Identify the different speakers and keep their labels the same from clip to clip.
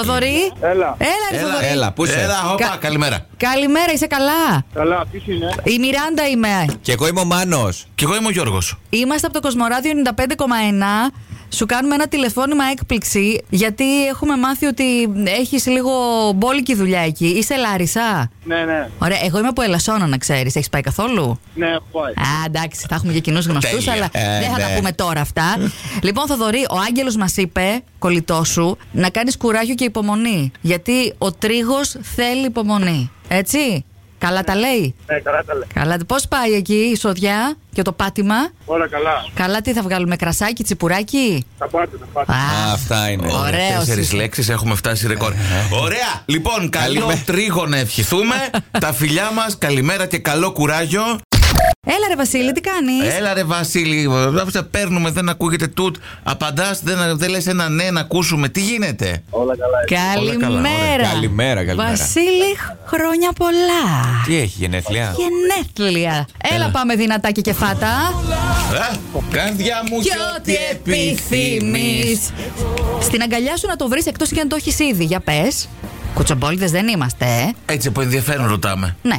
Speaker 1: Θοδωρή.
Speaker 2: Έλα.
Speaker 1: Έλα, ρε,
Speaker 3: Έλα,
Speaker 1: Θοδωρή.
Speaker 3: έλα, πού είσαι.
Speaker 4: Έλα, όπα,
Speaker 1: Κα-
Speaker 4: καλημέρα.
Speaker 1: Καλημέρα, είσαι καλά.
Speaker 2: Καλά, ποιος είναι.
Speaker 1: Η Μιράντα είμαι.
Speaker 3: Και εγώ είμαι ο Μάνος.
Speaker 4: Κι εγώ είμαι ο Γιώργος.
Speaker 1: Είμαστε από το Κοσμοράδιο 95,1. Σου κάνουμε ένα τηλεφώνημα έκπληξη, γιατί έχουμε μάθει ότι έχεις λίγο μπόλικη δουλειά εκεί. Είσαι Λάρισα.
Speaker 2: Ναι, ναι.
Speaker 1: Ωραία, εγώ είμαι από Ελασσόνα, να ξέρεις. Έχεις πάει καθόλου.
Speaker 2: Ναι, έχω πάει.
Speaker 1: Α, εντάξει, θα έχουμε και κοινούς γνωστούς,
Speaker 4: Τέλεια.
Speaker 1: αλλά
Speaker 3: Ε,
Speaker 1: δεν θα
Speaker 3: ναι.
Speaker 1: τα πούμε τώρα αυτά. λοιπόν, Θοδωρή, ο Άγγελος μας είπε, κολλητό σου, να κάνεις κουράγιο και υπομονή. Γιατί ο τρίγος θέλει υπομονή. Έτσι. Καλά τα λέει.
Speaker 2: Ναι, καλά τα λέει.
Speaker 1: Καλά. Πώς πάει εκεί η σοδιά και το πάτημα.
Speaker 2: Όλα καλά.
Speaker 1: Καλά, τι θα βγάλουμε, κρασάκι, τσιπουράκι.
Speaker 2: Θα πάτε, θα πάτε.
Speaker 1: Α,
Speaker 3: Αυτά είναι.
Speaker 1: Ωραία. Ωραίος
Speaker 4: Τέσσερις
Speaker 1: είσαι.
Speaker 4: λέξεις έχουμε φτάσει ρεκόρ.
Speaker 1: Ε,
Speaker 4: Ωραία. Λοιπόν, καλό
Speaker 3: Καλημέρα.
Speaker 4: τρίγωνο ευχηθούμε. Τα φιλιά μας, καλημέρα και καλό κουράγιο.
Speaker 1: Έλα, ρε Βασίλη, τι κάνεις.
Speaker 4: Έλα ρε Βασίλη, σε παίρνουμε, δεν ακούγεται τούτ. Απαντάς, δεν, δεν λες ένα ναι να ακούσουμε. Τι γίνεται.
Speaker 2: Όλα καλά.
Speaker 1: Καλημέρα.
Speaker 4: όλα καλά,
Speaker 3: ωραία. Καλημέρα, καλημέρα.
Speaker 1: Βασίλη, χρόνια πολλά.
Speaker 3: Τι έχει γενέθλια.
Speaker 1: Γενέθλια. Έλα, πάμε δυνατά και κεφάτα.
Speaker 4: Ε, καρδιά μου
Speaker 1: Και ό,τι επιθυμεί. Στην αγκαλιά σου να το βρεις εκτός και αν το έχεις ήδη. Για πες. Κουτσομπόλιδες δεν είμαστε, ε.
Speaker 4: Έτσι από ενδιαφέρον ρωτάμε.
Speaker 1: Ναι.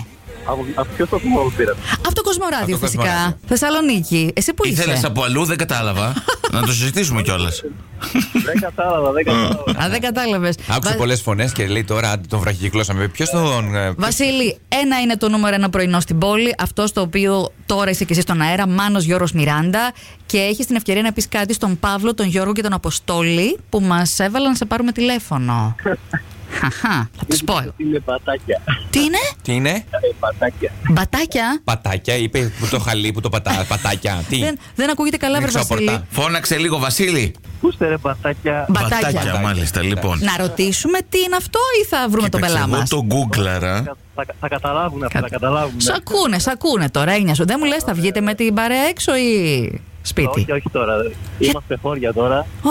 Speaker 2: Από ποιο σταθμό μου πήρατε.
Speaker 1: Αυτό το Κοσμοράδιο
Speaker 3: Από το
Speaker 1: φυσικά.
Speaker 3: Κοσμοράδιο.
Speaker 1: Θεσσαλονίκη. Εσύ που
Speaker 4: Ήθελες
Speaker 1: είσαι.
Speaker 4: από αλλού, δεν κατάλαβα. να το συζητήσουμε κιόλας.
Speaker 2: Δεν κατάλαβα,
Speaker 1: Mm.
Speaker 2: δεν κατάλαβα.
Speaker 1: Α, δεν κατάλαβες.
Speaker 3: Άκουσε πολλές φωνές και λέει τώρα άντε τον βραχυκλώσαμε. Ποιος τον. ε, ποιος-
Speaker 1: Βασίλη, ένα είναι το νούμερο ένα πρωινό στην πόλη. Αυτό το οποίο τώρα είσαι και εσύ στον αέρα, Μάνος Γιώργος Μιράντα. Και έχεις την ευκαιρία να πεις κάτι στον Παύλο, τον Γιώργο και τον Αποστόλη που μας έβαλαν να σε πάρουμε τηλέφωνο. Χαχά, θα του πω. εγώ.
Speaker 2: Είναι πατάκια.
Speaker 1: Τι είναι?
Speaker 3: Τι είναι.
Speaker 2: Ε, πατάκια.
Speaker 1: Μπατάκια.
Speaker 3: Πατάκια, είπε που το χαλί, που το πατά, πατάκια. Τι.
Speaker 1: Δεν, δεν ακούγεται καλά, βρε
Speaker 3: Ανοίξω
Speaker 1: Βασίλη.
Speaker 3: απορτά.
Speaker 4: Φώναξε λίγο, Βασίλη.
Speaker 2: Πού είστε ρε πατάκια.
Speaker 1: Μπατάκια.
Speaker 4: Πατάκια, μάλιστα, λοιπόν.
Speaker 1: Να ρωτήσουμε τι είναι αυτό ή θα βρούμε τον
Speaker 4: Κοίταξε,
Speaker 1: πελά
Speaker 4: εγώ
Speaker 1: μας.
Speaker 4: το γκούγκλαρα.
Speaker 2: Θα, θα καταλάβουν αυτά, θα καταλάβουν.
Speaker 1: Σ' ακούνε, σ' ακούνε τώρα, έννοια σου. Δεν μου λες, θα βγείτε με την παρέα έξω ή σπίτι.
Speaker 2: Όχι, όχι τώρα. Είμαστε χώρια τώρα.
Speaker 1: Ω,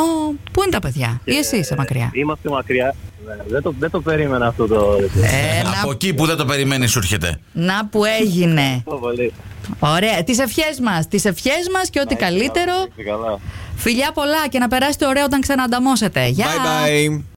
Speaker 1: πού είναι τα παιδιά, ή εσύ είσαι μακριά.
Speaker 2: Ε, Είμαστε μακριά. Ε, Δεν το, δεν το περίμενα αυτό το.
Speaker 1: Ε, να,
Speaker 4: Από εκεί που δεν το περιμένεις, σου έρχεται.
Speaker 1: να που έγινε.
Speaker 2: το πολύ.
Speaker 1: Ωραία. Τις ευχές μας. Τις ευχές μας και ό,τι καλύτερο.
Speaker 2: Καλά.
Speaker 1: Φιλιά πολλά και να περάσετε ωραία όταν ξαναανταμώσετε. Γεια.
Speaker 3: Bye bye.